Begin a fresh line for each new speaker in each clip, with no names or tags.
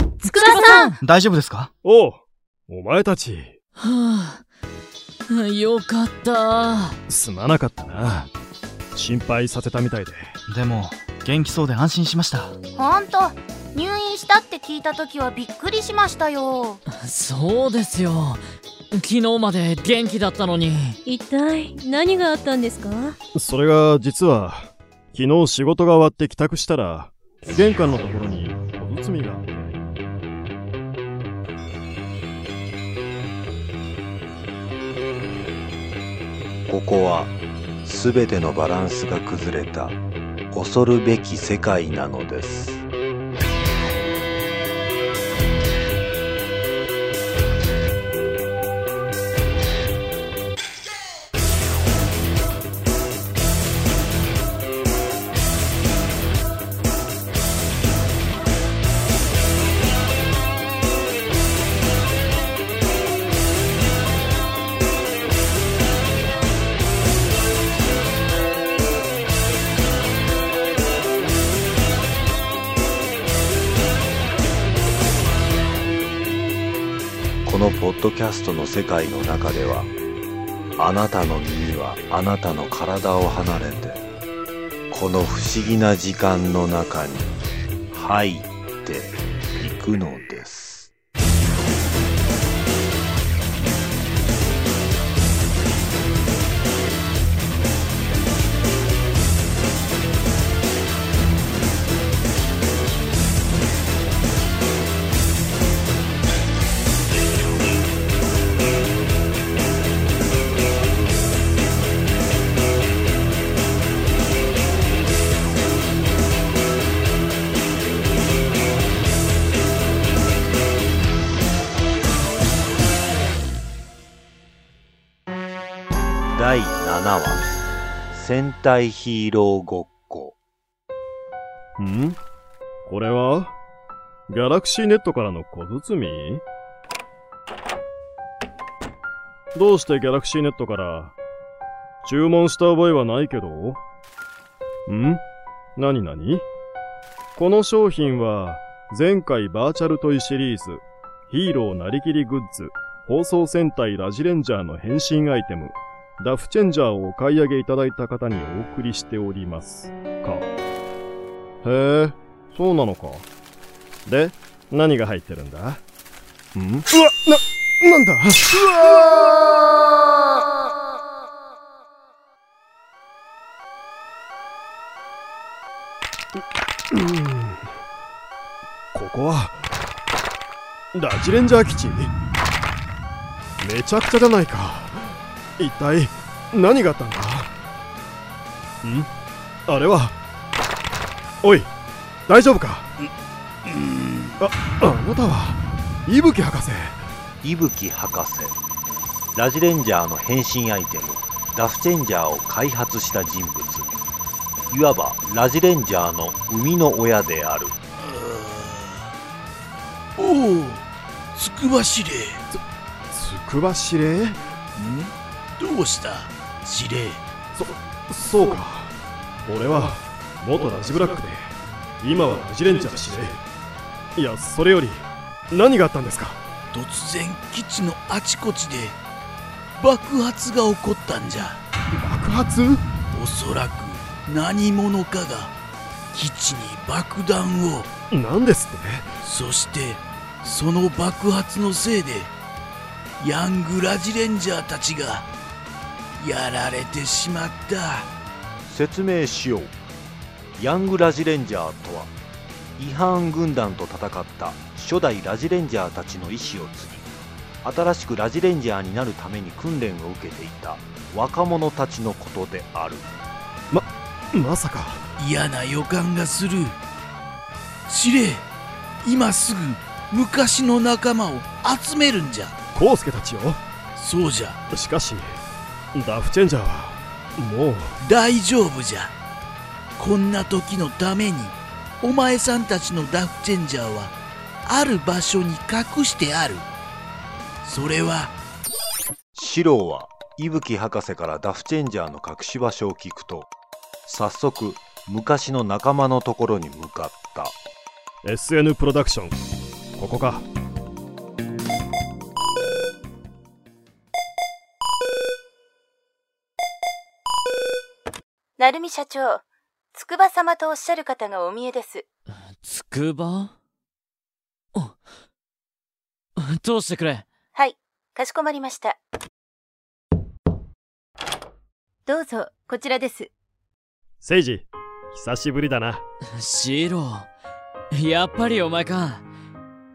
さんは
大丈夫ですか
おう、お前たち、
あ、よかった。
すまなかったな。心配させたみたいで。
でも元気そうで安心しました
ほんと入院したって聞いた時はびっくりしましたよ
そうですよ。昨日まで元気だったのに。
一体何があったんですか
それが実は、昨日仕事が終わって帰宅したら、玄関のところに小包が。
ここは全てのバランスが崩れた恐るべき世界なのですこのポッドキャストの世界の中ではあなたの耳はあなたの体を離れてこの不思議な時間の中に入っていくのです第7話戦隊ヒーローごっこ
んこれはギャラクシーネットからの小包どうしてギャラクシーネットから注文した覚えはないけどんなになにこの商品は前回バーチャルトイシリーズヒーローなりきりグッズ放送戦隊ラジレンジャーの変身アイテムダフチェンジャーをお買い上げいただいた方にお送りしておりますか。へえ、そうなのか。で、何が入ってるんだんうわ、な、なんだうわここは、ラジレンジャー基地めちゃくちゃじゃないか。一体、何があったんだんあれは、おい大丈夫かああなたは伊吹博士
伊吹博士ラジレンジャーの変身アイテムダフチェンジャーを開発した人物いわばラジレンジャーの生みの親である
おおつくば司令
つくば司令
どうした司令
そうか俺は元ラジブラックで今はラジレンジャー司令いやそれより何があったんですか
突然基地のあちこちで爆発が起こったんじゃ
爆発
おそらく何者かが基地に爆弾を
なんですって
そしてその爆発のせいでヤングラジレンジャーたちがやられてしまった
説明しようヤングラジレンジャーとは違反軍団と戦った初代ラジレンジャーたちの意思を継ぎ新しくラジレンジャーになるために訓練を受けていた若者たちのことである
まさか
嫌な予感がする司令今すぐ昔の仲間を集めるんじゃ
コウスケたちよ
そうじゃ
しかしダフチェンジャーはもう
大丈夫じゃこんな時のためにお前さんたちのダフチェンジャーはある場所に隠してあるそれは
シローは伊吹博士からダフチェンジャーの隠し場所を聞くと早速昔の仲間のところに向かった
SN プロダクションここか
成美社長、筑波様とおっしゃる方がお見えです。
つくばあ通してくれ
はい、かしこまりました。どうぞ、こちらです。
セイジ、久しぶりだな。
シローやっぱりお前か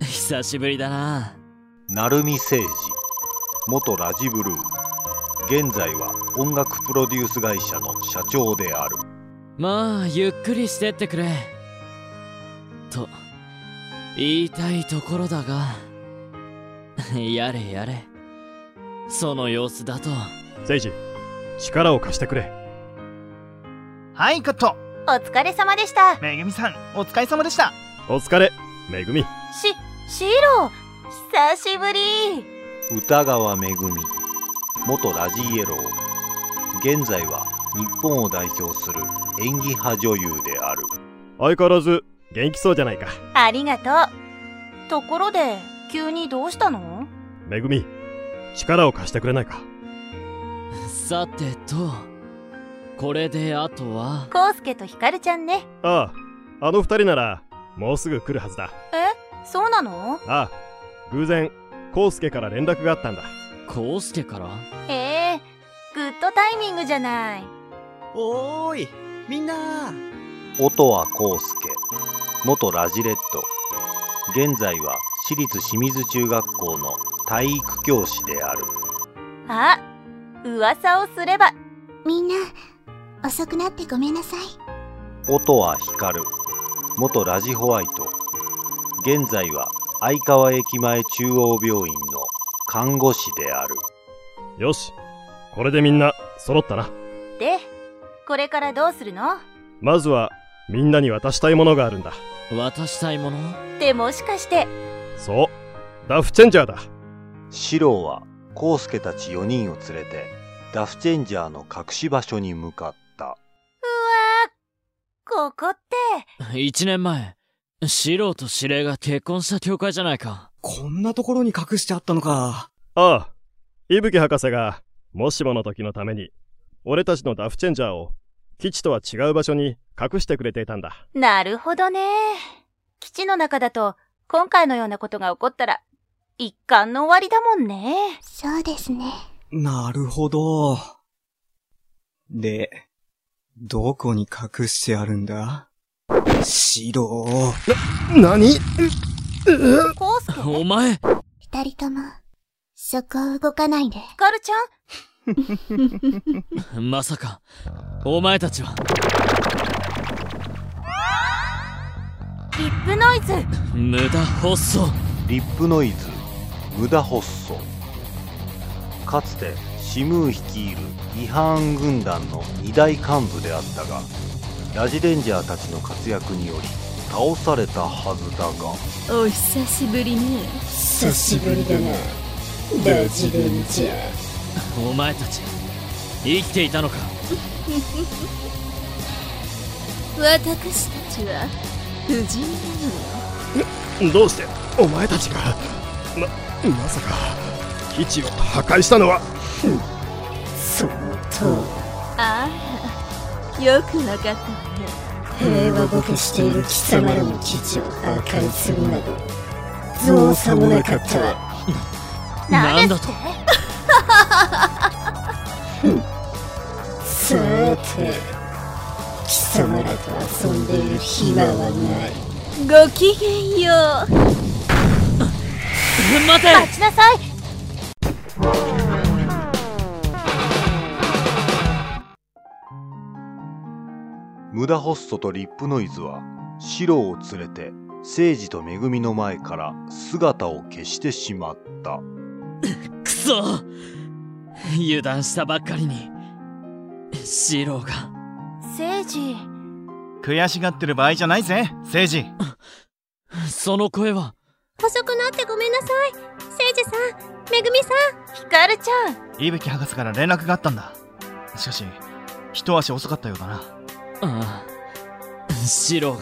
久しぶりだな
鳴海誠司元ラジブルー現在は音楽プロデュース会社の社長である
まあゆっくりしてってくれと言いたいところだがやれやれその様子だと
セイジ、力を貸してくれ。
はいカット
お疲れ様でした。
めぐみさんお疲れ様でした
お疲れ、めぐみ。
し、シーロー久しぶり
歌川恵元ラジイエロー現在は日本を代表する演技派女優である
相変わらず元気そうじゃないか。
ありがとう。ところで、急にどうしたの
めぐみ、力を貸してくれないか。
さてとこれであとは
コウスケとヒカルちゃんね。
ああ、あの二人ならもうすぐ来るはずだ。
そうなの
ああ、偶然、コウスケから連絡があったんだ。
コウスケから
へえ、グッドタイミングじゃない。
おーい、みんな
音羽康介元ラジレッド現在は私立清水中学校の体育教師である
あ、噂をすれば、
みんな、遅くなってごめんなさい。
音羽光元ラジホワイト現在は相川駅前中央病院の看護師である
よし、これでみんな揃ったな。
で、これからどうするの
まずは、みんなに渡したいものがあるんだ。
渡したいもの
でもしかして、
そう、ダフチェンジャーだ。
四郎は康介たち4人を連れてダフチェンジャーの隠し場所に向かった
ここって、
一年前、シローと司令が結婚した教会じゃないか。
こんなところに隠してあったのか。
ああ、伊吹博士が、もしもの時のために、俺たちのダフチェンジャーを、基地とは違う場所に隠してくれていたんだ。
なるほどね。基地の中だと、今回のようなことが起こったら、一巻の終わりだもんね。
そうですね。
なるほど。で、どこに隠してあるんだ白。
何
コウスケ、ヒ
お前
二人とも、そこを動かないで。
カルちゃん
まさか、お前たちは、
リップノイズ
無駄発想。
リップノイズ無駄発作かつてシムー率いる違反軍団の二大幹部であったがラジレンジャーたちの活躍により倒されたはずだが
お久しぶりね。
久しぶりだなラジレンジャー
お前たち、生きていたのか。
私たちは、無人なのよ。
どうしてお前たちがままさか基地を破壊したのは
そのと
ああ、よくわかったわね。
平和ボケしている貴様らの基地を破壊するなど造作もなかったわ
なんだと
さて貴様らと遊んでいる暇はない
ごきげんよう。
待て
待ちなさい
無駄ホストとリップノイズはシロを連れて聖司と恵の前から姿を消してしまった
くそ油断したばっかりに、シローが、
セイジ、
悔しがってる場合じゃないぜ聖司
その声は、
遅くなってごめんなさい。せいじさん、めぐみさ
ヒカルちゃん、
伊吹博士から連絡があったんだしかし一足遅かったようだな
ああ、シロー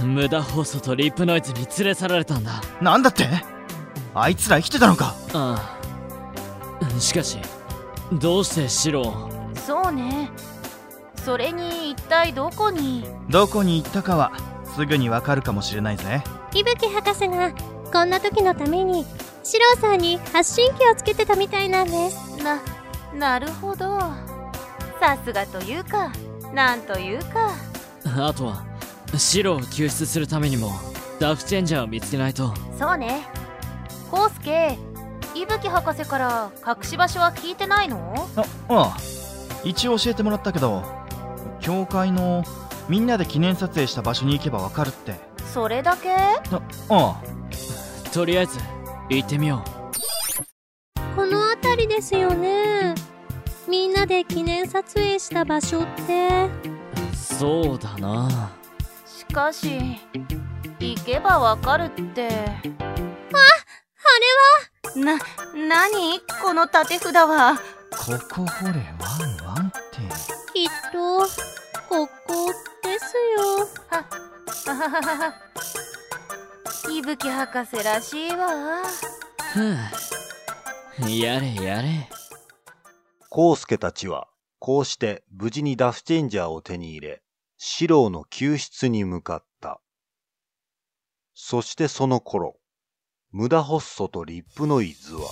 が、無駄放送とリップノイズに連れ去られたんだ。
なんだってあいつら生きてたのか
ああ。しかし、どうしてシローを
そうね。それに一体どこに
どこに行ったかはすぐにわかるかもしれないぜ
吹雪博士がこんな時のためにシロさんに発信機をつけてたみたいなんです
ななるほどさすがというかなんというか
あとはシロを救出するためにもダフチェンジャーを見つけないと
そうねコウスケ伊吹博士から隠し場所は聞いてないの
あああ一応教えてもらったけど教会のみんなで記念撮影した場所に行けばわかるって
それだけ
ああ
あとりあえず行ってみよ
うこの辺りですよねみんなで記念撮影した場所って
そうだな
しかし行けばわかるって
ああれ
はな何この立て札は
ここ掘れワンワンって
きっとここですよ
ははははは 伊吹博士らしいわ
ふうやれやれ
康介たちはこうして無事にダフチェンジャーを手に入れ四郎の救出に向かったそしてその頃無駄ホッソとリップノイズは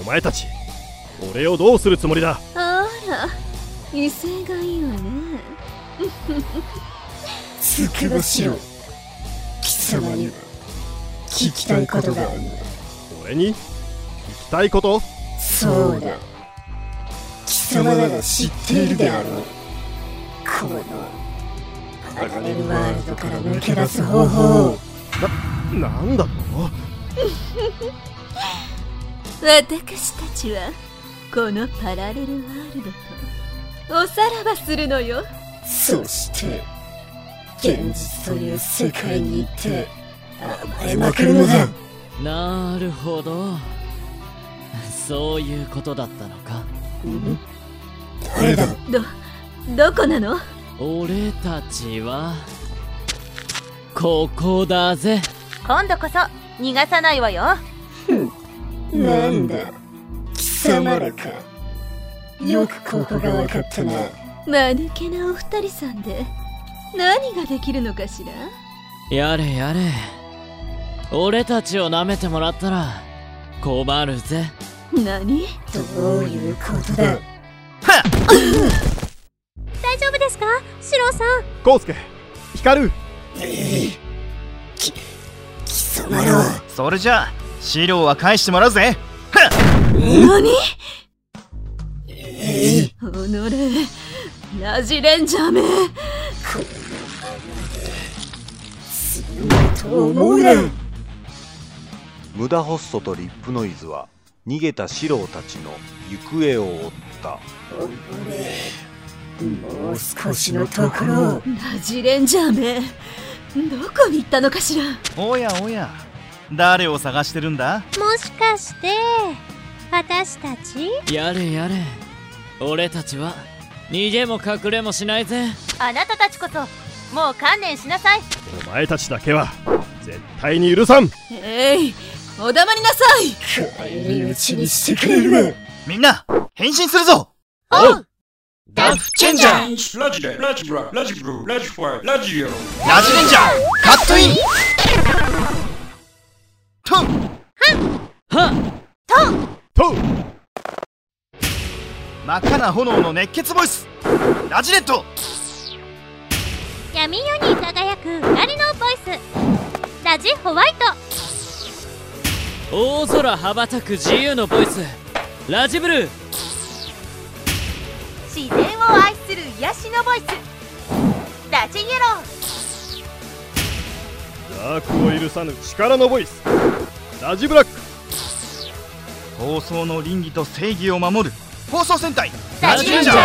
お前たち俺をどうするつもりだ
あら威勢がいいわね
つくばしろ貴様には聞きたいことがある
俺に聞きたいこと
そうだ貴様なら知っているであろうこのアガレルワールドから抜け出す方法
な、なんだと
私たちはこのパラレルワールドとおさらばするのよ
そして現実という世界にいて甘えまくるのだ
なるほどそういうことだったのか
誰だ
どどこなの
俺たちはここだぜ
今度こそ逃がさないわよ
なんだ貴様らかよくここが分かったな
間抜けなお二人さんで何ができるのかしら
やれやれ俺たちを舐めてもらったら困るぜ
何
どういうことだはっ
大丈夫ですかシロさん
コ介光る
ええき貴様ら
それじゃあ資料は返してもらうぜ
何えおのれラジレンジャーめこ
と思うな
無駄ホッソとリップノイズは逃げた四郎たちの行方を追った
もう少しのところ
ラジレンジャーめどこに行ったのかしら
おやおや誰を探してるんだ
もしかして私たち
やれやれ俺たちは逃げも隠れもしないぜ
あなたたちこそもう観念しなさい
お前たちだけは絶対に許さん
えいお黙りなさ
い帰り討ちにしてくれるな
みんな変身するぞ
おうダフチェンジャ
ーラジレラジブララジブララジファラジオラ
ジレンジャーカットイントン
は
トン
トン
真っ赤な炎の熱血ボイスラジレット
闇夜に輝く光のボイスラジホワイ
ト大空羽ばたく自由のボイスラジブルー
自然を愛する癒しのボイスラジイエ
ローダークを許さぬ力のボイスラジブラック
放送の倫理と正義を守る放送戦隊
ラジレンジャー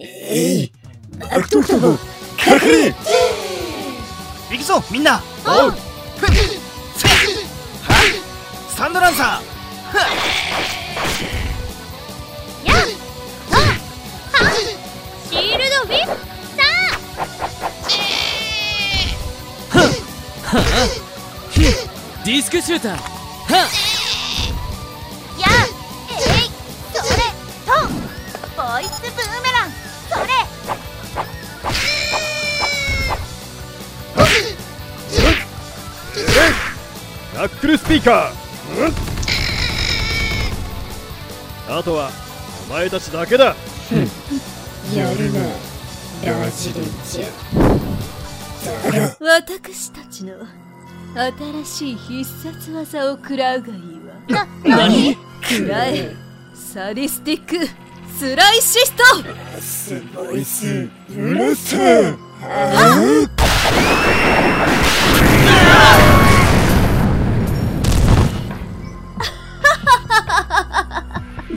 えいアクトクトボ隠れ
行くぞみんなおうスタンドランサー
やあはシールドウィッさ
ディスクシューターはっ
やえいそれとボイスブーメランそれ
ナックルスピーカー、うん、あとはお前たちだけだ
やるなラジレンジャ
私たちの新しい必殺技を食らうがいいわ
な何
食らえサディスティックスライシスト
スボイスうるせえは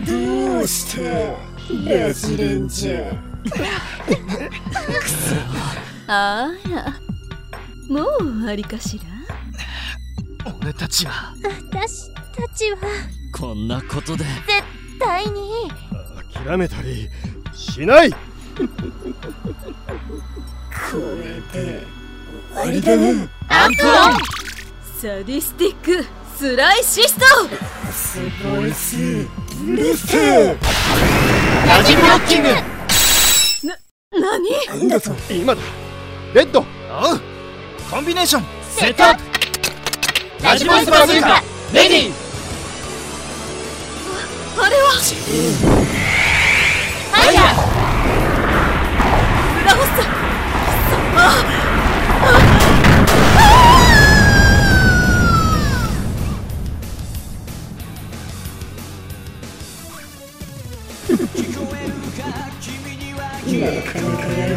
どうしてラジレンジャー
くそあらもう終わりかし
ら俺たちは
私たちは
こんなことで
絶対に
諦めたりしない
これで終わりだな
アンコンサディスティックスライシスト
スボイスうるせえ
ラジブロッキング
何
なんだと
今だレッド
あうコンビネーション
セットアップラジボイスバズーカレディー
あれは
ファイヤー
ブラホス
なかなかやる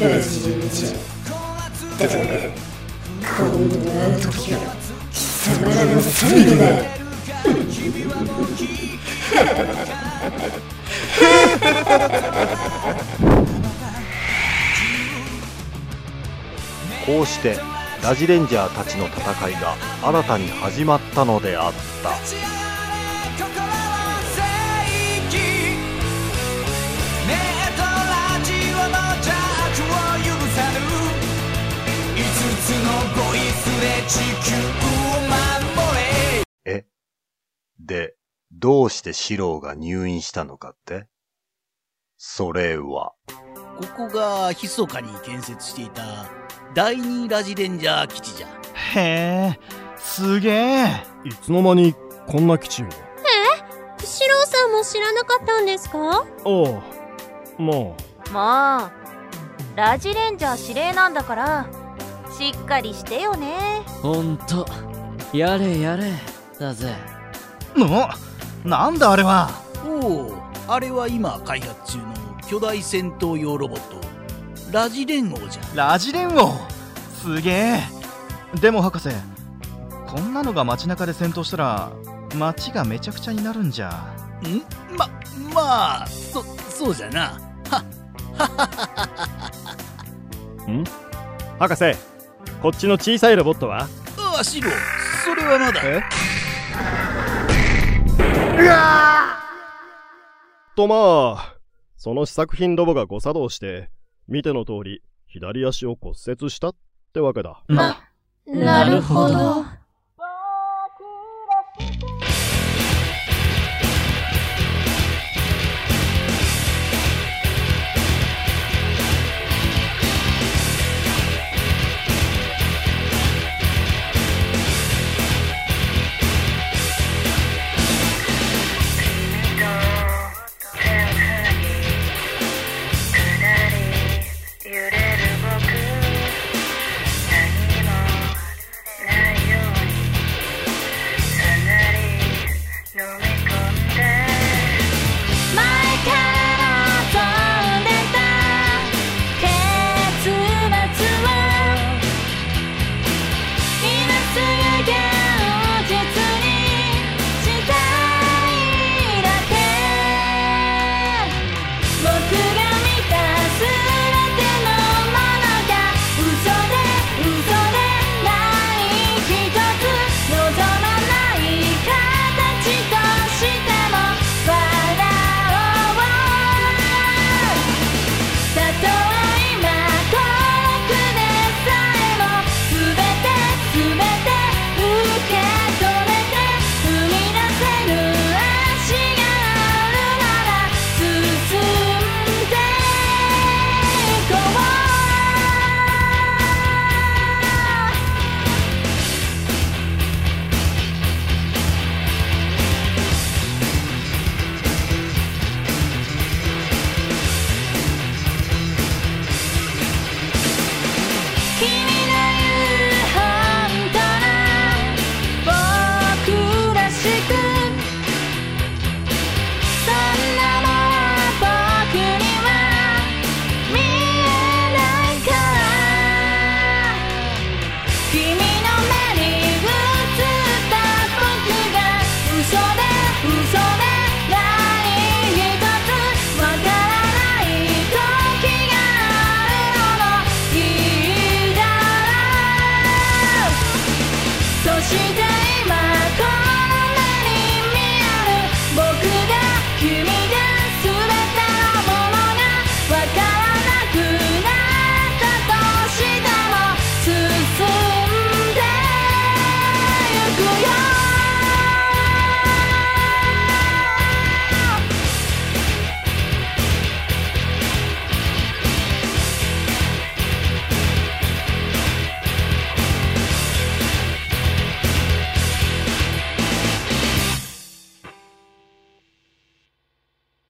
なラジレンジャーだが今度会う時は貴様らの最後だ
こうしてラジレンジャーたちの戦いが新たに始まったのであったえでどうしてシローが入院したのかってそれは
ここが密かに建設していた第二ラジレンジャー基地じゃ
へえすげえ
いつの間にこんな基地を
えシローさんも知らなかったんですか
ああまあ
もうラジレンジャー指令なんだからしっかりしてよね
ほんとやれやれだぜ
おなんだあれは
おおあれは今開発中の巨大戦闘用ロボットラジ連王じゃ
ラジ連王すげえでも博士こんなのが街中で戦闘したら街がめちゃくちゃになるんじゃ
んままあそそうじゃなは
ん博士こっちの小さいロボットは
ああシロそれはまだ
うわとまあその試作品ロボが誤作動して見ての通り左足を骨折したってわけだ
な
なるほど